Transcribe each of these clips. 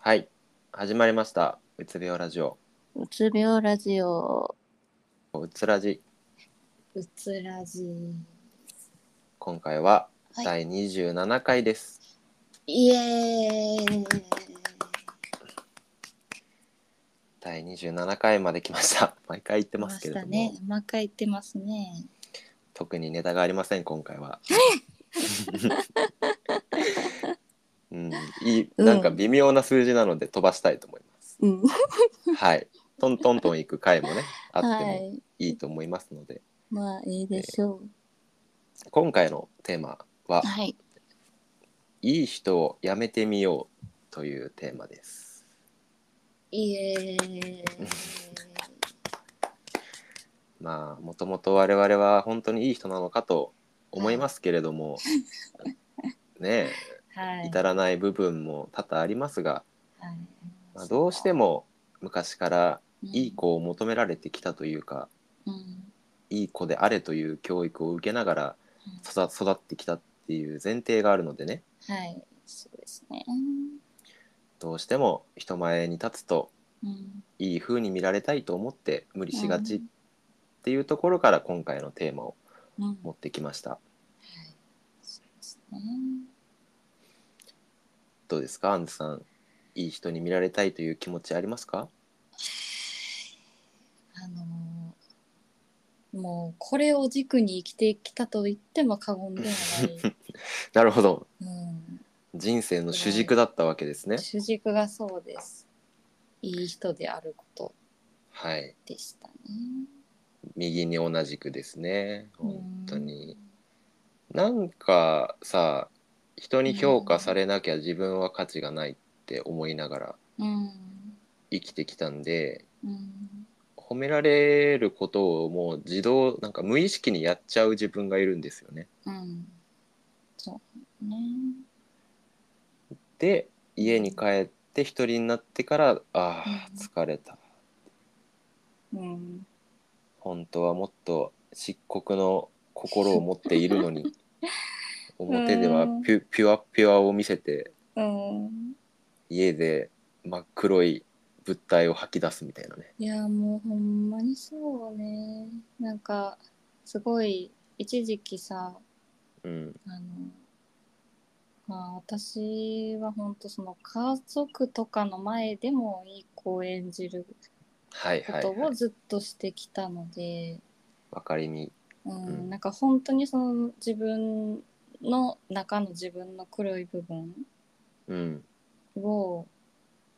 はい始まりましたうつ病ラジオうつ病ラジオ。うつラジうつラジ。今回ははい第27回です、イエーイ。第27回まで来ました 毎回言ってまますしけれどたも、ね。うまくいってますね。特にネタがありません今回はうんいいうんなんか微妙な数字なので飛ばしたいと思います、うん。 はいトントントン行く回もねあってはもい。いいと思いますので、まあいいでしょう。今回のテーマははい。 「いい人をやめてみよう」というテーマですイエーイ。まあもともと我々は本当にいい人なのかと思いますけれども、ねはえい。至らない部分も多々ありますが、はいまあ、どうしても昔からうんいい子を求められてきたというか、うん。いい子であれという教育を受けながらうん育育ってきたっていう前提があるのでねはい。そうですね。どうしても人前に立つとうん。いい風に見られたいと思って無理しがちっていうところから今回のテーマをうん。うん持ってきました。はい。そうですね。どうですかアンズさんいい人に見られたいという気持ちありますかあのーもうこれを軸に生きてきたと言っても過言では ない、なるほどうん、人生の主軸だったわけですね主軸がそうですいい人であることはいでしたね右に同じくですねうん本当になんかさ人に評価されなきゃ自分は価値がないって思いながらうん生きてきたんでうん褒められることをもう自動なんか無意識にやっちゃう自分がいるんですよねうんそうねで家に帰って一人になってからあー疲れたうん本当はもっと漆黒の心を持っているの に表ではピュピュアピュアを見せてうん家で真っ黒い物体を吐き出すみたいなねいやもうほんまにそうねなんかすごい一時期さうんあの、まあ、私は本当その家族とかの前でもいい子を演じるはいこはいとはをいずっとしてきたので、分かりみうんうんなんか本当にその自分の中の自分の黒い部分うんを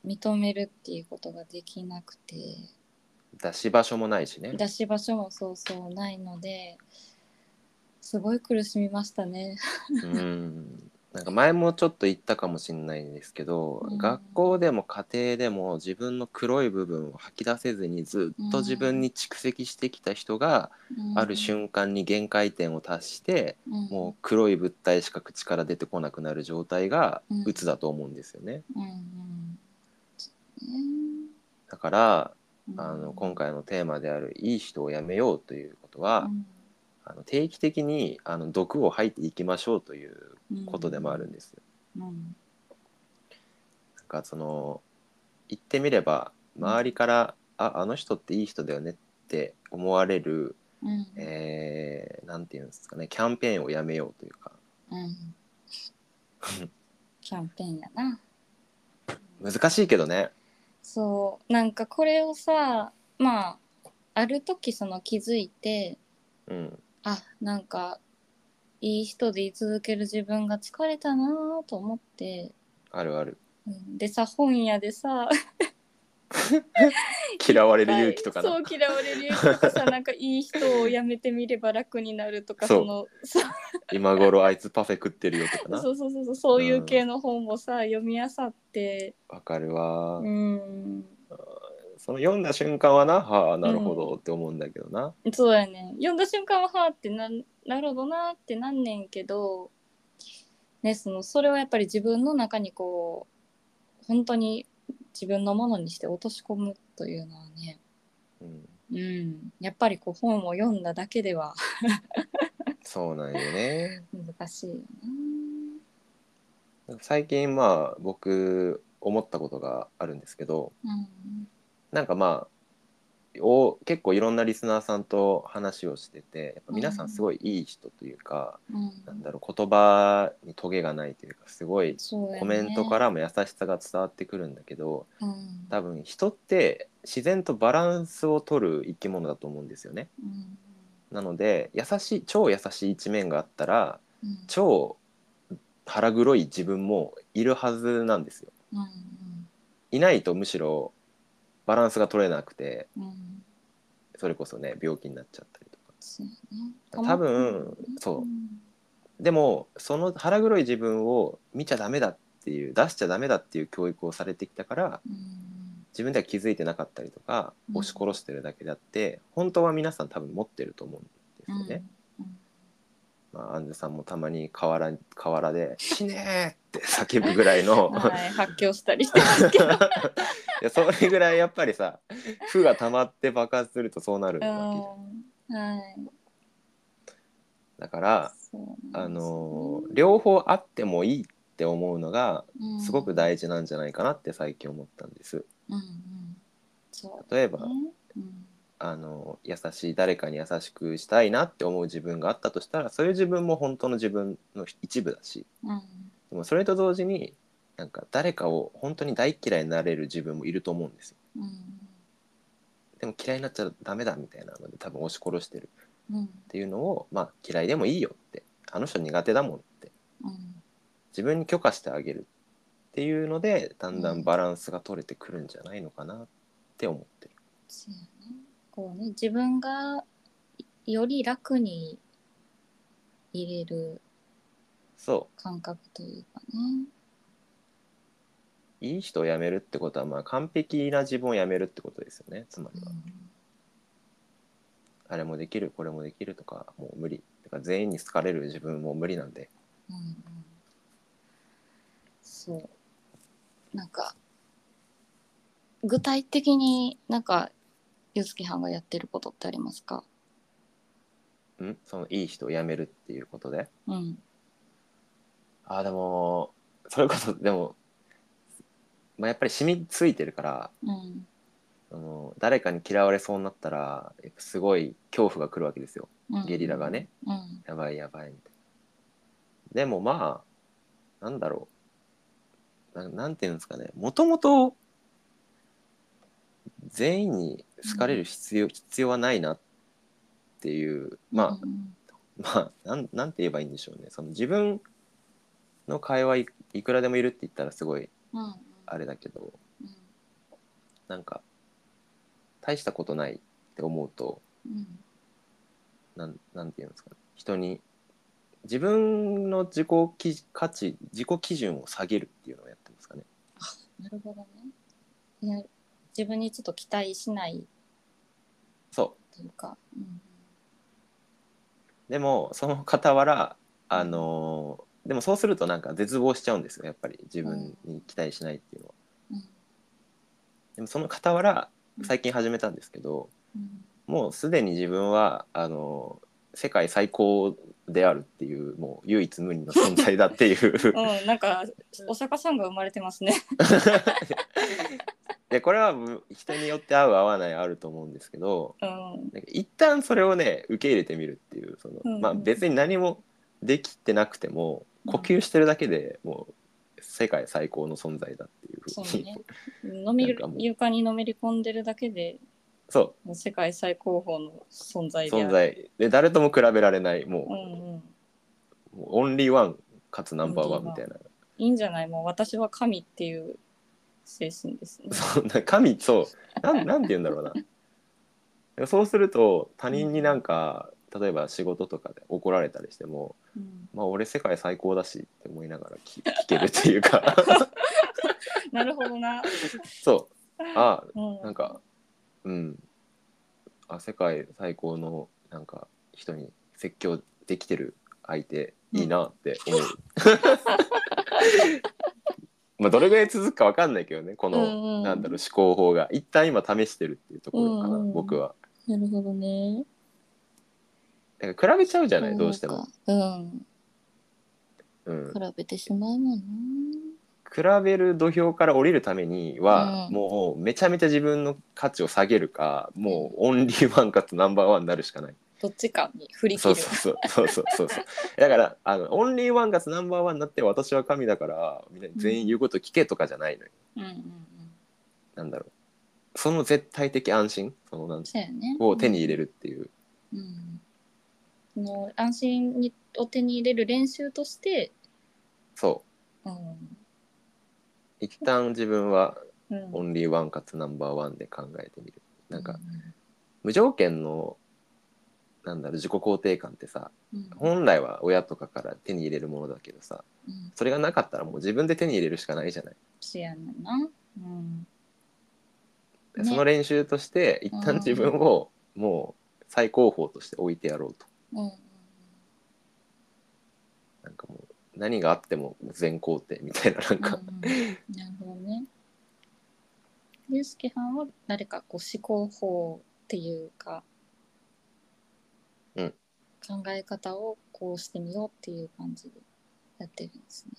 認めるっていうことができなくて出し場所もないしね出し場所もそうそうないのですごい苦しみましたね。うんなんか前もちょっと言ったかもしれないんですけど、うん学校でも家庭でも自分の黒い部分を吐き出せずにずっと自分に蓄積してきた人が、ある瞬間に限界点を達して、うん、もう黒い物体しか口から出てこなくなる状態がうんうつだと思うんですよね。うん、うんうんだからうんあの今回のテーマである「いい人をやめよう」ということは、あの定期的にあの毒を吐いていきましょうということでもあるんですよ。うんなんかその言ってみれば周りから「ああの人っていい人だよね」って思われるうんうんえーなんていうんですかねキャンペーンをやめようというかうん、キャンペーンやな難しいけどね。そうなんかこれをさまあある時その気づいてうん、あなんかいい人で居続ける自分が疲れたなぁと思って、あるあ るうん、でさ本屋でさ嫌われる勇気とかなそう嫌われる勇気と かさなんかいい人をやめてみれば楽になるとかそうそのそう今頃あいつパフェ食ってるよとかなそうそうそうそうそういう系の本をさ読み漁ってわかるわ、うんその読んだ瞬間はなはあなるほどって思うんだけどな、そうやね読んだ瞬間ははあってなんなるほどなってなんねんけど、ね、そのそれをやっぱり自分の中にこう本当に自分のものにして落とし込むというのはね、うん、うん、やっぱりこう本を読んだだけでは そうなんよね難しいよね。最近まあ僕思ったことがあるんですけどうんなんかまあお結構いろんなリスナーさんと話をしててやっぱ皆さんすごいいい人というか、うんなんだろう言葉にトゲがないというかすごいそうやねコメントからも優しさが伝わってくるんだけどうん多分人って自然とバランスを取る生き物だと思うんですよね。うんなので優しい超優しい一面があったらうん超腹黒い自分もいるはずなんですよ。うんいないとむしろバランスが取れなくてうんうんそれこそね病気になっちゃったりとか。そうやね多分そんでもその腹黒い自分を見ちゃダメだっていう出しちゃダメだっていう教育をされてきたからうん自分では気づいてなかったりとかうん押し殺してるだけであって本当は皆さん多分持ってると思うんですよね。うんまあ、アンジュさんもたまに河原に河原 で「死ね!」って叫ぶぐらいの、 はい発狂したりしてますけどいやそれぐらいやっぱりさ負が溜まって爆発するとそうなるわうけじゃんんはいだから、そうなあんですのー両方あってもいいって思うのがうんすごく大事なんじゃないかなって最近思ったんです。うんうんそう例えだば、ねうんあの優しい誰かに優しくしたいなって思う自分があったとしたらそういう自分も本当の自分の一部だしうんでもそれと同時になんか誰かを本当に大嫌いになれる自分もいると思うんですようんでも嫌いになっちゃダメだみたいなので多分押し殺してるうんっていうのを、まあ、嫌いでもいいよってあの人苦手だもんってうん自分に許可してあげるっていうのでだんだんバランスが取れてくるんじゃないのかなって思ってる。そうやねこうね自分がより楽に入れるそ感覚というかねういい人を辞めるってことは、まあ、完璧な自分を辞めるってことですよねつまりは、あれもできるこれもできるとかもう無理だから全員に好かれる自分も無理なんでうんうんそうなんか具体的になんかゆずきはんがやってることってありますかんそのいい人を辞めるっていうことでうんあーでもそれこそでも、まあ、やっぱり染みついてるからうんあの誰かに嫌われそうになったらやっぱすごい恐怖が来るわけですようんゲリラがねうんやばいやばいみたいなでもまあなんだろうななんていうんですかねもともと全員に好かれる必要,、必要はないなっていうまあ、うんまあなんなんて言えばいいんでしょうねその自分の会話いいくらでもいるって言ったらすごいうんあれだけどうんなんか大したことないって思うとうんなんなんて言うんですかね人に自分の自己基価値自己基準を下げるっていうのをやってますかねなるほどねいや自分にちょっと期待しないそというか、うんうでもその傍らあのーでもそうするとなんか絶望しちゃうんですよやっぱり自分に期待しないっていうのは、うんでもその傍ら最近始めたんですけど、うんもうすでに自分はあの世界最高であるっていうもう唯一無二の存在だっていう うん、なんかお釈迦さんが生まれてますね。でこれはむ人によって合う合わないあると思うんですけどうん、なんか一旦それをね受け入れてみるっていうその、うんうんまあ、別に何もできてなくても呼吸してるだけでもう世界最高の存在だっていうふそううにね。のめなんりかもう床にのめり込んでるだけで、 そもう世界最高峰の存う在である。存。在で誰とも比べられないもう,、うんうん。もうオンリーワンかつナンバーワンみたいないいんじゃない、もう私は神っていう精神ですね。そんな神そうなんなんて言うんだろうな そうすると他人になんか例えば仕事とかで怒られたりしてもうん「まあ俺世界最高だし」って思いながら聞聞けるっていうか なるほどな。そうあうん、なんかうんあ世界最高のなんか人に説教できてる相手いいなって思う。 まあどれぐらい続くかわかんないけどねこの、うんうんなんだろう思考法が一旦今試してるっていうところかな、うんうん僕は。なるほどね。なんか比べちゃうじじゃないどうしても。。うん。うん比べてしまうもんな。比べる土俵から降りるためには、うんもうめちゃめちゃ自分の価値を下げるかもうオンリーワンかつナンバーワンになるしかないどっちかに振り切そうるそうそうそうそうそうそうだからあのオンリーワンがナンバーワンになって私は神だからみんな全員言うこと聞けとかじゃないのよ、うんうんうんなんだろうその絶対的安心そのなんそうやねを手に入れるっていう、うんその安心にを手に入れる練習として、そうんう一旦自分はうんオンリーワンかつナンバーワンで考えてみるなんかう無条件のなんだろう自己肯定感ってさんうん本来は親とかから手に入れるものだけどさうんそれがなかったらもう自分で手に入れるしかないじゃない、そうやねんな、うんねその練習として一旦自分をもう最高峰として置いてやろうとうんうんなんかもう何があっても全肯定みたいななんか、うんうん、なるほどね。ゆうすけはんは誰かこう思考法っていうか、うん考え方をこうしてみようっていう感じでやってるんですね。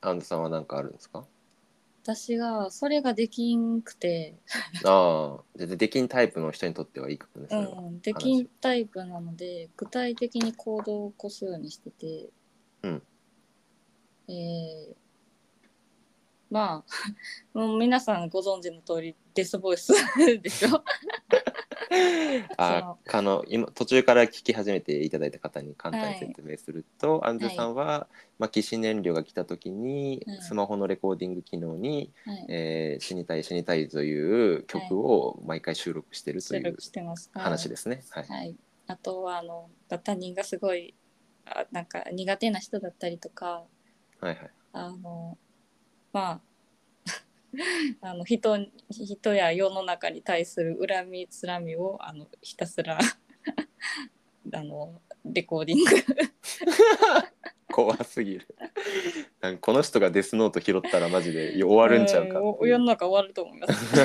アンドさんは何かあるんですか私がそれができんくて、ああ全然できんタイプの人にとってはいいかもねうそれは、ん、できんタイプなので具体的に行動を起こすようにしてて、うんえーまあ もう皆さんご存知の通りデスボイス でしょああの今途中から聞き始めていただいた方に簡単に説明すると、アンズさんは、まあ、起始燃料が来た時に、うんスマホのレコーディング機能にはい「えー死にたい死にたい」という曲を毎回収録してると収いう録してますから話ですね。はいはい、あとはあの他人がすごいあなんか苦手な人だったりとかはいはいあのまあ あの人に人や世の中に対する恨みつらみをあのひたすら あのレコーディング怖すぎるなんかこの人がデスノート拾ったらマジで終わるんちゃうかんってい 世うの中終わると思います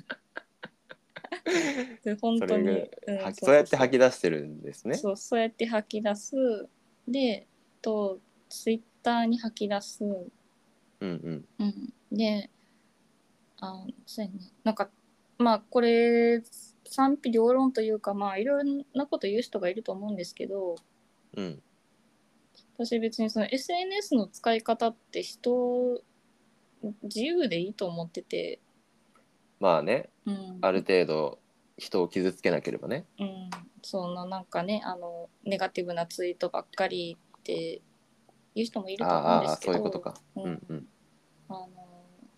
で本当にそれうんはそそうやってそう吐き出してるんですねそうそうやって吐き出すでとツイッターに吐き出す、うんうんうん、であそうやねなんかまあこれ賛否両論というかまあいろんなこと言う人がいると思うんですけどうん私別にその SNS の使い方って人自由でいいと思ってて、まあねうん、ある程度人を傷つけなければねうん、そんななんかねあのネガティブなツイートばっかりって言う人もいると思うんあーであすーけどそういうことかうんうんうんあの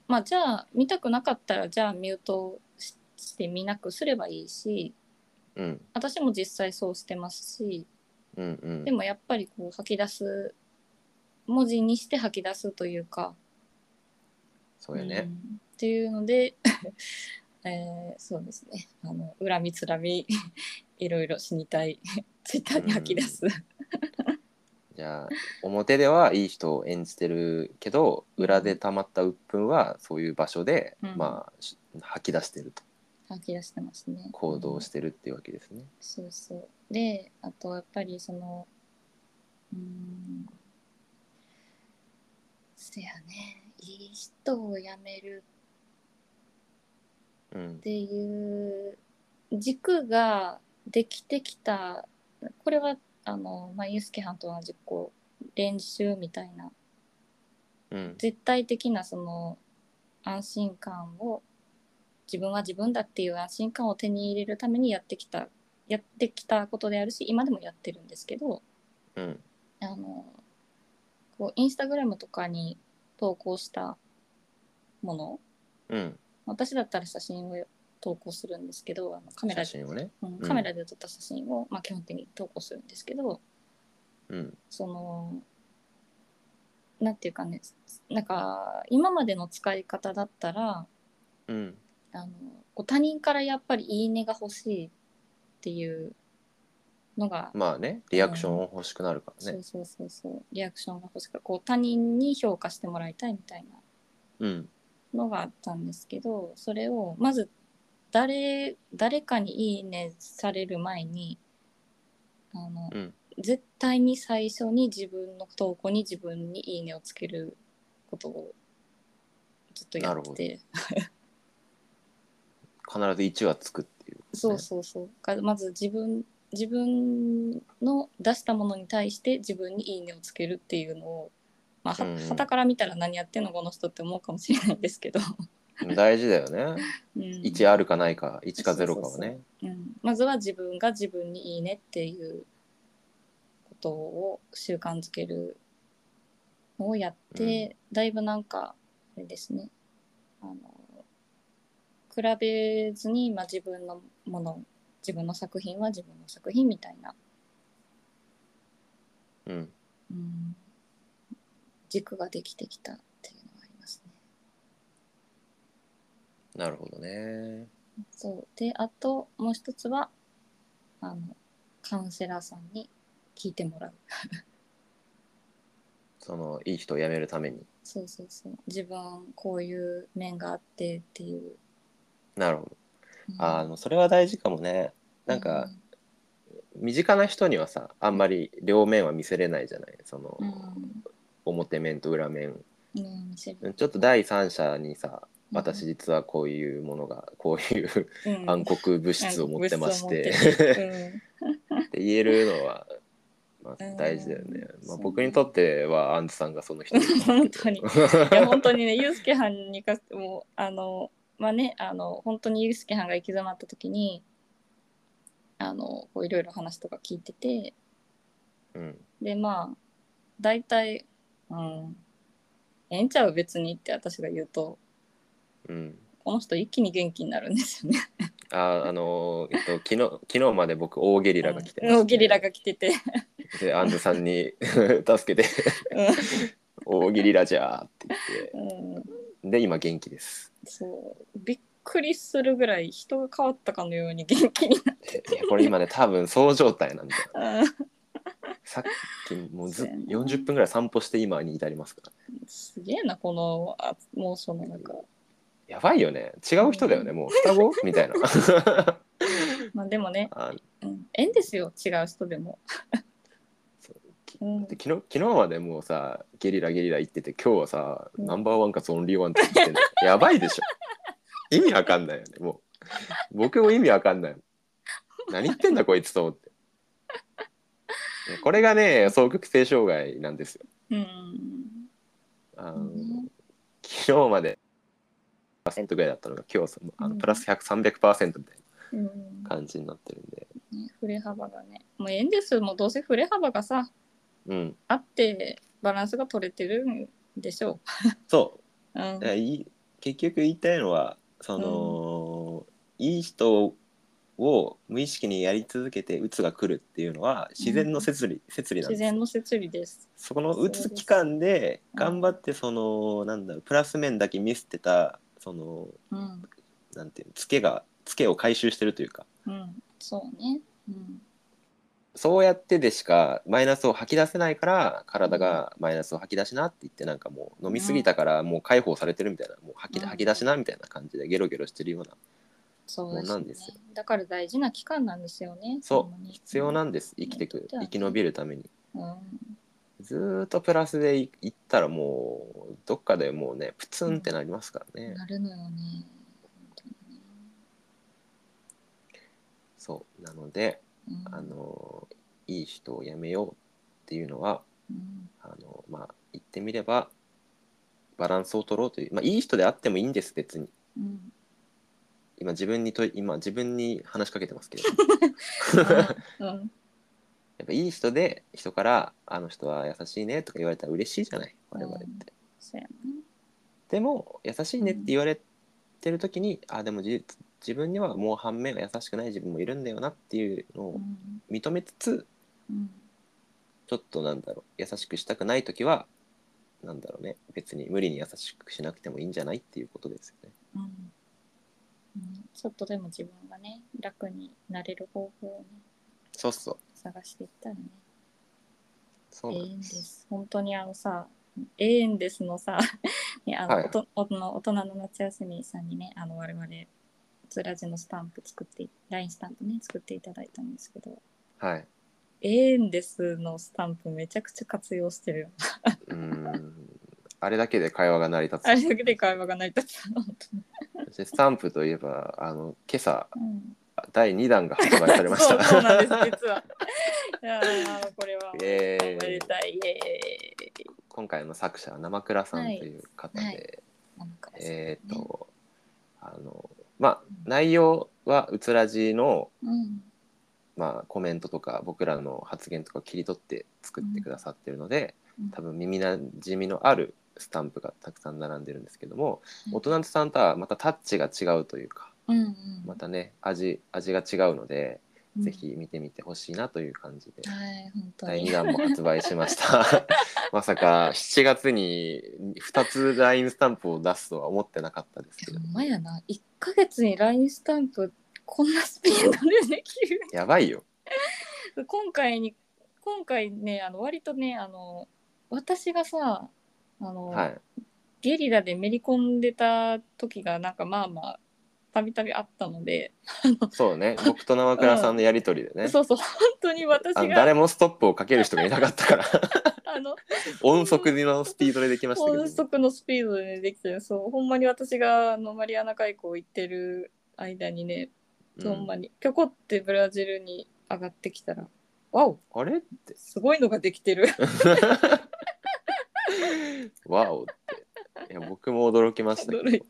まあじゃあ見たくなかったらじゃあミュートしして見なくすればいいしうん私も実際そうしてますしうんうんでもやっぱりこう吐き出す文字にして吐き出すというか、そうやうね、んっていうので、 えーそうですねあの恨みつらみ いろいろ死にたい ツイッターに吐き出す。じゃあ表ではいい人を演じてるけど裏で溜まった鬱憤はそういう場所で、うんまあし吐き出してると吐き出してますね。行動してるっていうわけですね、そうそう。で、あとやっぱりその、うーん、せやね、いい人を辞めるうんっていう軸ができてきた、これは、あの、まあ、ユースケはんと同じ、こう、練習みたいな、うん絶対的なその、安心感を、自分は自分だっていう安心感を手に入れるためにやってきた、やってきたことであるし、今でもやってるんですけど、うんあのこうインスタグラムとかに投稿したものうん私だったら写真を投稿するんですけどあのカメラ写で、真をねうんんカメラで撮った写真を、まあ、基本的に投稿するんですけどうんそのなんていうかねなんか今までの使い方だったらうんあのこう他人からやっぱり「いいね」が欲しいっていうのがまあねリアクション欲しくなるからそねうそうそうそうリアクションが欲しくこう他人に評価してもらいたいみたいうんなのがあったんですけどそれをまず誰誰かに「いいね」される前にあの、うん絶対に最初に自分の投稿に自分に「いいね」をつけることをずっとやって必ず1はつくっていう、ね、そうそうそうかまず自分自分の出したものに対して自分に「いいね」をつけるっていうのをまあはうんうんたから見たら何やってんのこの人って思うかもしれないですけど、大事だよねうん1あるかないか1か0かはそうそうそねうん、まずは自分が自分に「いいね」っていうことを習慣づけるのをやって、だいぶなんかあれですねあの比べずに、まあ、自分のもの自分の作品は自分の作品みたいな、うんうん、軸ができてきたっていうのはありますね。なるほどねそうであともう一つはあのカウンセラーさんに聞いてもらうそのいい人を辞めるためにそうそうそう自分こういう面があってっていう、なるほどうんあのそれは大事かもねなんか、身近な人にはさあんまり両面は見せれないじゃないその、うん表面と裏面うんね見せるちょっと第三者にさ私、実はこういうものがこういううん暗黒物質を持ってましうんて暗っ黒物質を持ってるて言えるの は、まあうん大事だよね、まそあ、うね僕にとってはアンズさんがその人本当にうんいや本当にねユースケはんにかもうあのまあねあの本当にユースケはんが行き詰まった時にあのこういろいろ話とか聞いてて うんでまあ大体うんええんちゃう別にって私が言うとうんこの人一気に元気になるんですよねああのーえっと、昨日昨日まで僕大ゲリラが来てまうしんて うんゲリラが来てて、でアンズさんに 助けて「大ゲリラじゃ」って言ってうんうん、で今元気ですそうびっくりするぐらい人が変わったかのように元気になっでいやこれ今ね多分そう状態なんだよた、うんさっきもうずそうやな40分ぐらい散歩して今に至りますからすげえなこのあ猛暑の中、やばいよね違う人だよねもう双子み たいなまあ、でもね、あうん、縁ですよ違う人でもそううんで昨日昨日までもうさゲリラゲリラ言ってて今日はさ、うんナンバーワンかつオンリーワンって言って んのやばいでしょ意味わかんないよねもう僕も意味わかんない何言ってんだこいつと思っていやこれがね双極性障害なんですようんあの、うん昨日まで100%ぐらいだったのが今日そのあのうんプラス100300%みたいなうん感じになってるんで、ね、振れ幅がねもう縁ですよもうどうせ振れ幅がさうん、あってバランスが取れてるんでしょそうう、うだんからいい結局言いたいのはその、いい人を無意識にやり続けて鬱が来るっていうのは自然の摂理、摂理なん自です然の摂理ですそこのそうで鬱す期間でうん頑張ってその、なんだろうプラス面だけ見捨てたそのうんなんていうのツケがツケを回収してるというかうんそうねうんそうやってでしかマイナスを吐き出せないから体がマイナスを吐き出しなって言ってなんかもう飲みすぎたからもう解放されてるみたいなもう吐き,、うん吐き出しなみたいな感じでゲロゲロしてるようなそうもうですなよんでねすよだから大事な期間なんですよね。そうほんまに必要なんです生きてうくん生き延びるためにうんずーっとプラスでいいったらもうどっかでもうねプツンってなりますからね、なるのよね。そうなのでうんあ、のいい人をやめようっていうのはうんあのまあ言ってみればバランスを取ろうというまあいい人であってもいいんです別に うん今自分にと今自分に話しかけてます けど うんやっぱいい人で人から「あの人は優しいね」とか言われたら嬉しいじゃない我々って。うんそうやでも優しいねって言われてる時に、あでもじ自分にはもう反面優しくない自分もいるんだよなっていうのな。うをん認めつつうんちょっとなんだろう優しくしたくない時はなんだろうね別に無理に優しくしなくてもいいんじゃないっていうことですよね。うんうんちょっとでも自分がね楽になれる方法をねそうそう探していったらねそう永なん遠で。ですす本当にあのさ永遠ですのさ、 ねあのはいおとおの大人の夏休みさんにねあの我々つらじのスタンプ作って LINE スタンプね作っていただいたんですけどはい。 「永遠です」のスタンプめちゃくちゃ活用してるよ。うーん あれだけで会話が成り立 あれだけで会話が成り立つ。本当につでスタンプといえばあの今朝うん第2弾が発売されまし そうそうなんですた実 は。いやーこれは イエーイおめでたい。イエーイ。今回の作者は生倉さんという方で、はいはいなんかですねえっ、とあのまあ内容はうつらじの、うんまあ、コメントとか僕らの発言とかを切り取って作ってくださってるので、うん多分耳なじみのあるスタンプがたくさん並んでるんですけども、うん大人さんとはまたタッチが違うというかうんうん。またね味味が違うので、ぜひ見てみてほしいなという感じでうん。はい本当第に2。弾も発売しました まさか7月に2つ LINE スタンプを出すとは思ってなかったですけいやどほんまやな1ヶ月に LINE スタンプこんなスピードでできるやばいよ 今回に今回ねあの割とねあの私がさあの、はいゲリラでめり込んでた時がなんかまあまあたびたびあったので、そう ね僕と生倉さんのやり取りでね、そうそう本当に私あのがあ誰もストップをかける人がいなかったから の音速のスピードでできましたけど、音速のスピードで、ね、できてそうほんまに私があのマリアナ海溝行ってる間にね、うほんんまにぴょこってブラジルに上がってきたらわおあれすごいのができてる。 わおっていや僕も驚きましたけど驚いいて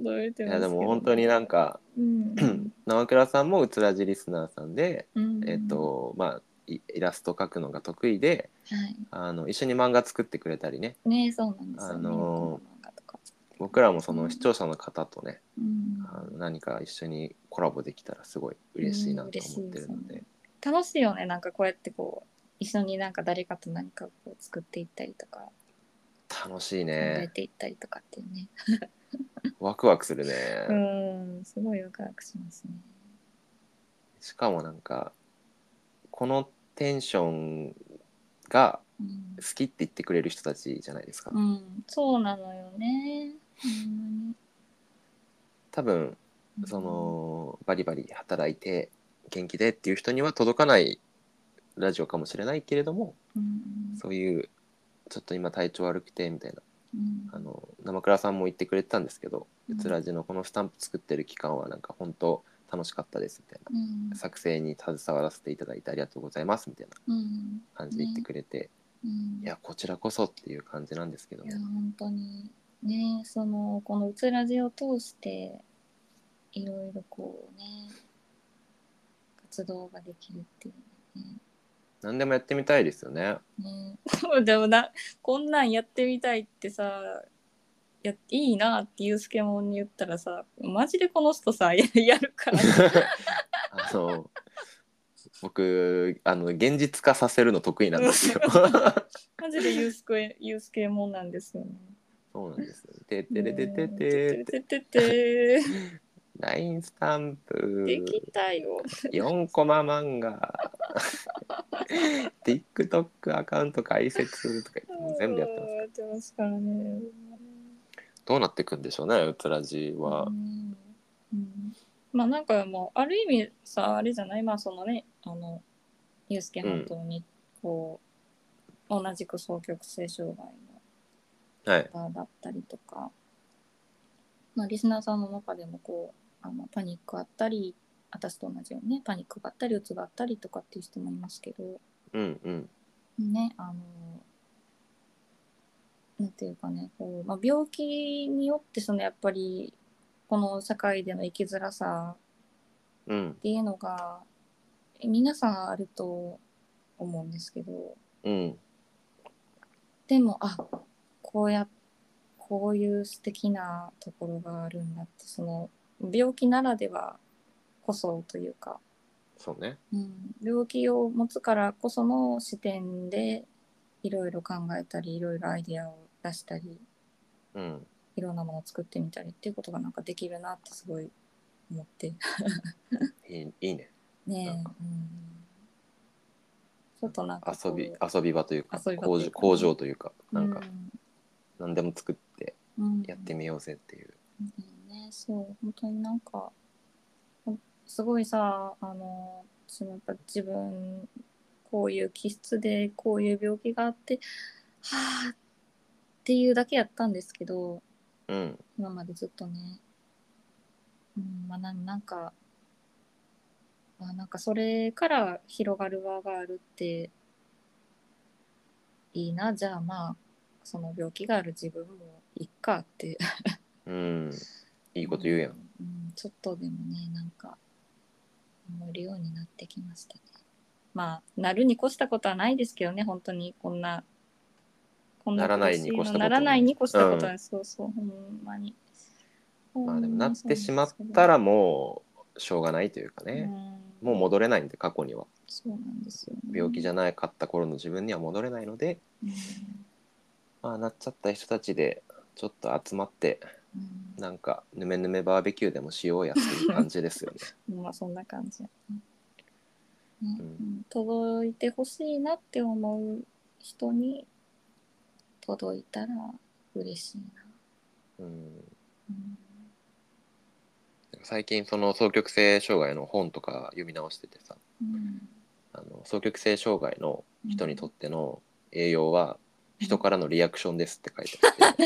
驚いてますやでけども本当になんかうん、生倉さんもうつらじリスナーさんで、うんえっ、、とまあイイラスト描くのが得意ではい、あの一緒に漫画作ってくれたりねねそうなんですよ、ね。あの漫画とか僕らもその視聴者の方とね、うんあの何か一緒にコラボできたらすごい嬉しいなと思ってるので、うん嬉しいですね楽しいよねなんかこうやってこう一緒になんか誰かと何かこう作っていったりとか楽しい考えねていったりとかっていうね。ワクワクするね、うんすごいワクワクしますね。しかもなんかこのテンションがうん好きって言ってくれる人たちじゃないですか、うん、そうなのよね。ほん多分まにそ、のバリバリ働いて元気でっていう人には届かないラジオかもしれないけれどもうん、そういうちょっと今体調悪くてみたいなうんあの生倉さんも言ってくれてたんですけどううんつらじのこのスタンプ作ってる期間はなんか本当楽しかったですみたいうんな作成に携わらせていただいてありがとうございますみたいなうん感じで言ってくれて、うんいやこちらこそっていう感じなんですけどいや本当にねそのこの「うつらじ」を通していろいろこうね活動ができるっていう何でもやってみたいですよねねね でもなこんなんやってみたいってさやいいなってユうスケもんに言ったらさマジでこの人さや やる からあの僕あの現実化させるの得意なんですよマジでユうスケユうスケもんなんですよね。そうなんですよてってれててててててラインスタンプできたよ。 4コマ漫画 TikTok アカウント開設とか言ってもう全部やってますやってますからね。どうなっていくんでしょうねうつらじはう、んうんまあなんかもうある意味さあれじゃないまあそのねあのユースケ本当にこう、同じく双極性障害はいの方だったりとか、まあ、リスナーさんの中でもこうあのパニックあったり私と同じようにねパニックがあったりうつがあったりとかっていう人もいますけど、うんうんねあのなんていうかねこう、まあ、病気によってそのやっぱりこの社会での生きづらさうんっていうのがえ皆さんあると思うんですけどうんでもあこうやこういう素敵なところがあるんだってその病気ならではこそというかそうねうん、病気を持つからこその視点でいろいろ考えたりいろいろアイデアを出したりうんいろんなものを作ってみたりっていうことがなんかできるなってすごい思っていいいい ねねえ、うん、ちょっとなんかこ遊うび遊び場というか遊び場と工いう場か工場というかなんかう何でも作ってんやってみようぜっていう、うんねそう本当になんかほんすごいさあのそのやっぱ自分こういう気質でこういう病気があってはあっていうだけやったんですけどうん今までずっとね、うんまあ、なんなんか、まあ、なんかそれから広がる輪があるっていいなじゃあまあその病気がある自分もいっかってうんいいこと言うやん、うん、ちょっとでもねなんか思えるようになってきましたねまあなるに越したことはないですけどね本当にこんなこんならないに越したことは年のならないに越したことはない、そうそうほんまにまあでもなってしまったららもうしょうがないというかね、もう戻れないんで過去にはそうなんですよね、病気じゃなかった頃の自分には戻れないので、うん、まあなっちゃった人たちでちょっと集まってなんかぬめぬめバーベキューでもしようやっていう感じですよ ねうんまあそんな感じやね、ねうんうん届いてほしいなって思う人に届いたら嬉しいなうんうん最近その双極性障害の本とか読み直しててさうんあの双極性障害の人にとっての栄養は人からのリアクションですって書いてあっ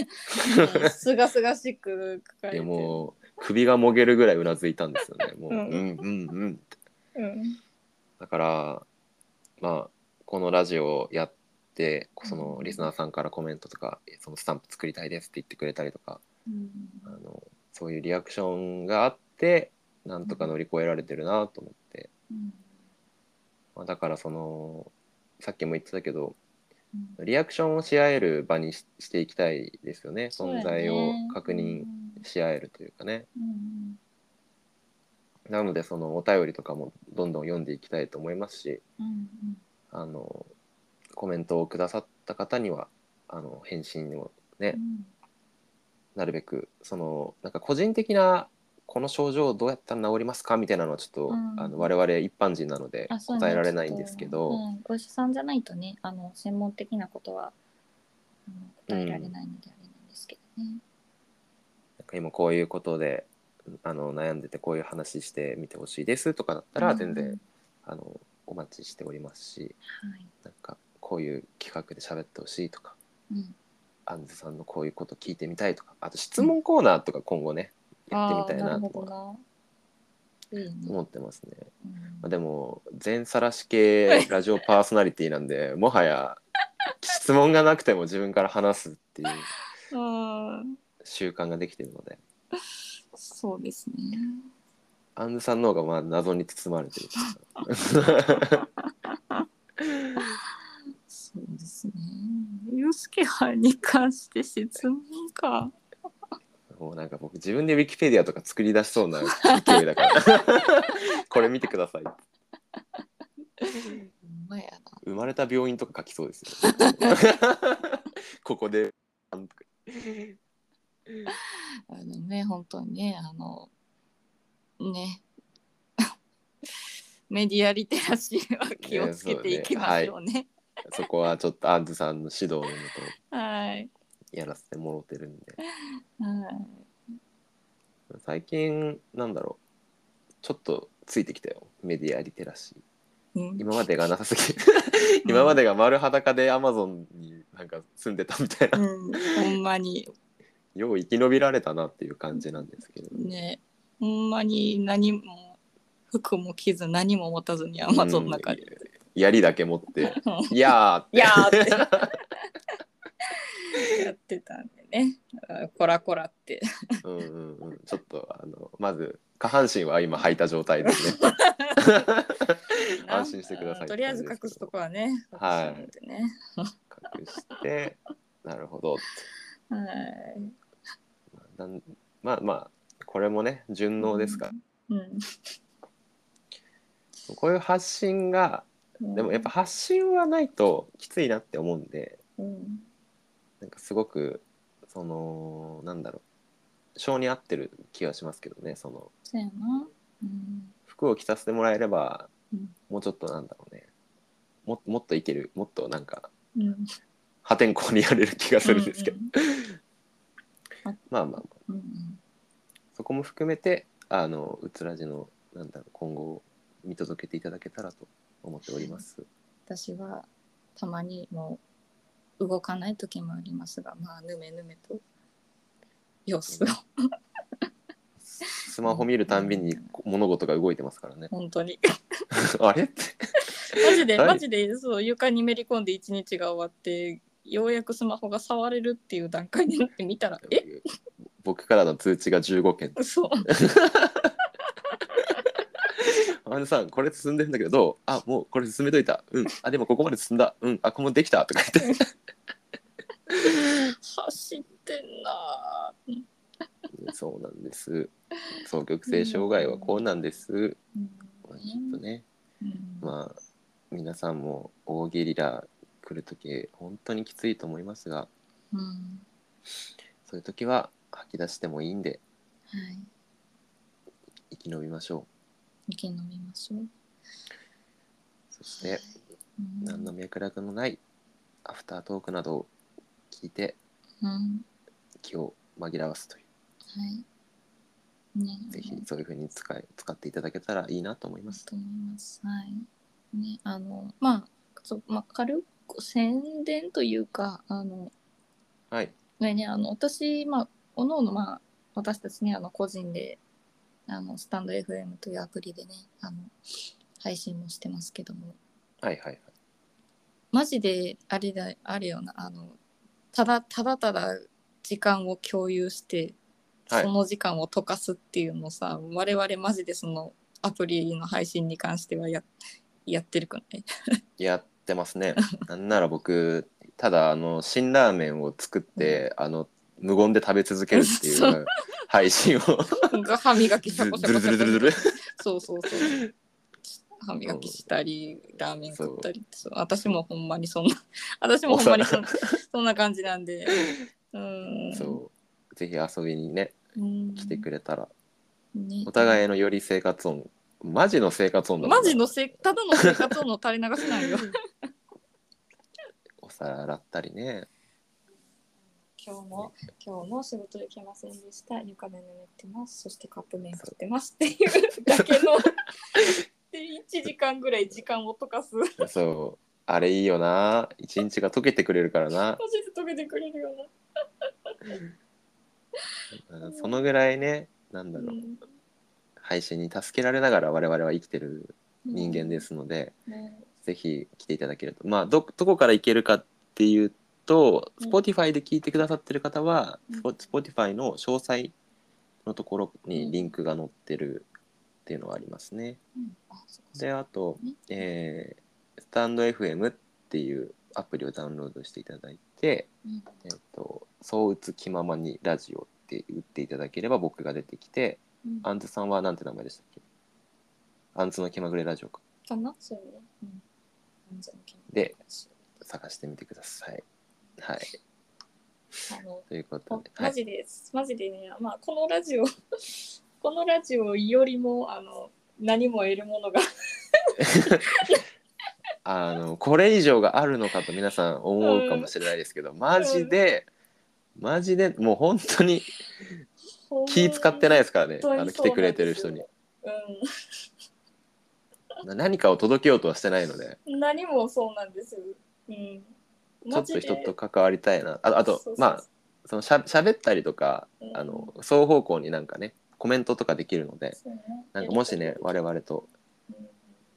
てうんすがすがしく書かれてでるもう首がもげるぐらいうなずいたんですよね。もう、ううんん、うんうんってうんだからまあこのラジオをやってそのリスナーさんからコメントとかそのスタンプ作りたいですって言ってくれたりとかうんあのそういうリアクションがあってなんとか乗り越えられてるなと思って、うんまあ、だからそのさっきも言ってたけどうんリアクションをし合える場にししていきたいですよねそう存やね在を確認し合えるというかね。うんなのでそのお便りとかもどんどん読んでいきたいと思いますしうんうんあのコメントをくださった方にはあの返信をねうんなるべくそのなんか個人的なこの症状どうやったら治りますかみたいなのはちょっと、うんあの我々一般人なのであそうね答えられないんですけど、ちょっとうんお医者さんじゃないとねあの専門的なことはあの答えられないのであれなんですけどね、なんか今こういうことであの悩んでてこういう話してみてほしいですとかだったら全然、うんあのお待ちしておりますしはいなんかこういう企画で喋ってほしいとかうんアンズさんのこういうこと聞いてみたいとかあと質問コーナーとか今後ね、やってみたいあーなるとほかどないいね、思ってますね、うんまあ、でも全さらし系ラジオパーソナリティなんでもはや質問がなくても自分から話すっていううん習慣ができてるのでそうですねアンズさんの方がまあ謎に包まれてるというかそうですね。ユースケハに関して質問か。もうなんか僕自分でウィキペディアとか作り出しそうな勢いだから これ見てくださいまや生まれた病院とか書きそうです よここでな。あのね、本当にね、あの、ね。 メディアリテラシーは気をつけていきましょうね。そこはちょっとアンズさんの指導のもとはい。やらせてもろてるんではい。最近なんだろうちょっとついてきたよメディアリテラシーうん今までがなさすぎ今までが丸裸でアマゾンになんか住んでたみたいなうん、ほんまによう生き延びられたなっていう感じなんですけれどもねほんまに何も服も着ず何も持たずにアマゾンの中で、槍だけ持って「いやー」っていやーって やってたんでねあコラコラってうんうんうん、ちょっとあのまず下半身は今履いた状態ですね。 安心してくださいって感じですけどとりあえず隠すとこはね。はい隠してね隠してなるほどってはい。なんまあまあこれもね順応ですから、うん。こういう発信がうんでもやっぱ。発信はないときついなって思うんでうん。なんかすごくそのなんだろう性に合ってる気がしますけどねそのそうやな。うん。服を着させてもらえれば、うんもうちょっとなんだろうねももっといけるもっとなんかうん。破天荒にやれる気がするんですけど、まあまあまあうんうん。そこも含めてあのうつらじのなんだろう今後を見届けていただけたらと思っております。私はたまにもう。動かない時もありますがまあぬめぬめと様子をスマホ見るたんびに物事が動いてますからね 本当にあれってマジで、はいマジでそう床にめり込んで一日が終わってようやくスマホが触れるっていう段階になってみた らえ僕からの通知が15件そう「あんさんこれ進んでるんだけどどうあもうこれ進めといたうんあでもここまで進んだうんあここもできた」とか言って走ってんなぁそうなんです双極性障害はこうなんです、まあちょっとねうんまあ皆さんも大ゲリラ来る時本当にきついと思いますがうんそういう時は吐き出してもいいんではい生き延びましょ意見飲みましょう、うそしてうん何の脈絡のないアフタートークなどを聞いてうん気を紛らわすというはいねぜひそういうふうに使い使っていただけたらいいなと思いまますす。と思います。はい。ね、あの、まあ、そう、まあ、軽く宣伝というか、あの、はい、ね、ね、あの、私、まあ、おのおの、まあ、私たちね、あの、個人で。あの、スタンド FM というアプリでね、あの、配信もしてますけども。はいはいはいマジで、あれだ、あれよな、あの、ただ、ただただ、時間を共有して。はいその時間を溶かすっていうのをさ、我々マジでそのアプリの配信に関してはややってるくない やってますね。なんなら僕ただあの辛ラーメンを作って、あの無言で食べ続けるっていそう配信をが歯磨きシずャコシャずコるシずャるコずるずるそうそうそう歯磨きしたりラーメン食ったりそう私もほんまにそ んな私もほんまにそんなそんな感じなんでうんそうぜひ遊びにねうん来てくれたらねお互いのより生活音マジの生活音だもんマジのせただの生活音の垂れ流しなんよお皿洗ったりね今日も今日も仕事行けませんでした床で眠ってますそしてカップ麺食ってますっていうだけ ので1時間ぐらい時間を溶かすマジそうあれいいよな一日が溶けてくれるからなで溶けてくれるよううんそのぐらいねなんだなろう、うん配信に助けられながら我々は生きてる人間で、すので、ねぜひ来ていただけるとまあどどこから行けるかっていうと、うん Spotify で聞いてくださってる方は、うん Spotify の詳細のところにリンクが載ってるっていうのはありますね。うんあそっかそっかであと、ねえー、スタンド FM っていうアプリをダウンロードしていただいてうん「えっとそう打つ気ままにラジオ」って打っていただければ僕が出てきてうんアンズさんはなんて名前でしたっけアンズの気まぐれラジオかかなそうよね。うん安全圏で探してみてください。はい、あのということほで、はマい、ジです、マジでね、まあ、このラジオ このラジオよりもあの何も得るものがあのこれ以上があるのかと皆さん思うかもしれないですけど、マジで、マジでもう本当に 気使ってないいですからね、あの来てくれてる人に。な何かを届けようとはしてないのでうん、何もそうなんです。うん、ちょっと人と関わりたいなああとまあそのしゃ喋ったりとか、うんあの双方向になんかねコメントとかできるのでなんかもしね我々、々とうん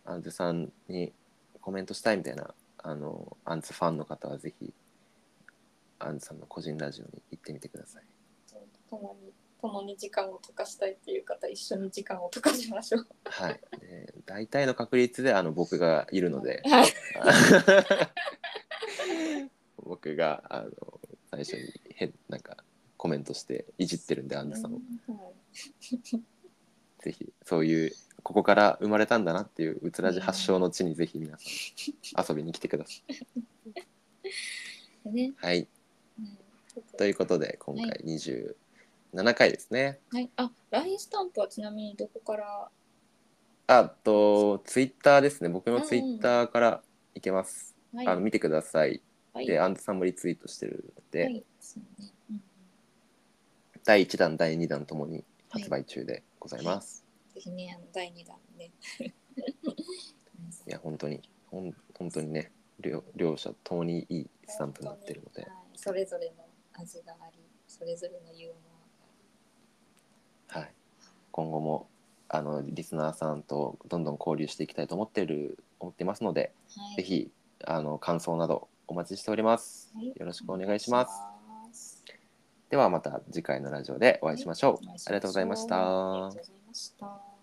アンズさんにコメントしたいみたいなあのアンズファンの方はぜひアンズさんの個人ラジオに行ってみてください。共に共に時間を溶かしたいっていう方一緒に時間を溶かしましょう。 はい、で大体の確率であの僕がいるのではい僕があの最初に変なんかコメントしていじってるんでアンナさんを、うんはいぜひそういうここから生まれたんだなっていううつらじ発祥の地にぜひ皆さん遊びに来てください。でね、はい、うんということで今は回27回ですね。はい、あ、LINE スタンプはちなみにどこからあとツイッターですね僕のツイッターからいけます。はい、あの見てください。はい、でアンズさんもリツイートしてるので。はいそうねうん第1弾第2弾ともに発売中でございます、ぜひね、あの第二弾ね。い、や本当にほん本当にね両両者ともにいいスタンプになってるのでは、い、それぞれの味がありそれぞれのユーモはい、今後もあのリスナーさんとどんどん交流していきたいと思ってる思ってますので、ア、はい、ぜひあの感想などお待ちしております。はいよろしくお願いします。すではまた次回のラジオでお会いしましょう。お会いしましょうありがとうございましありがたとうご。ざいました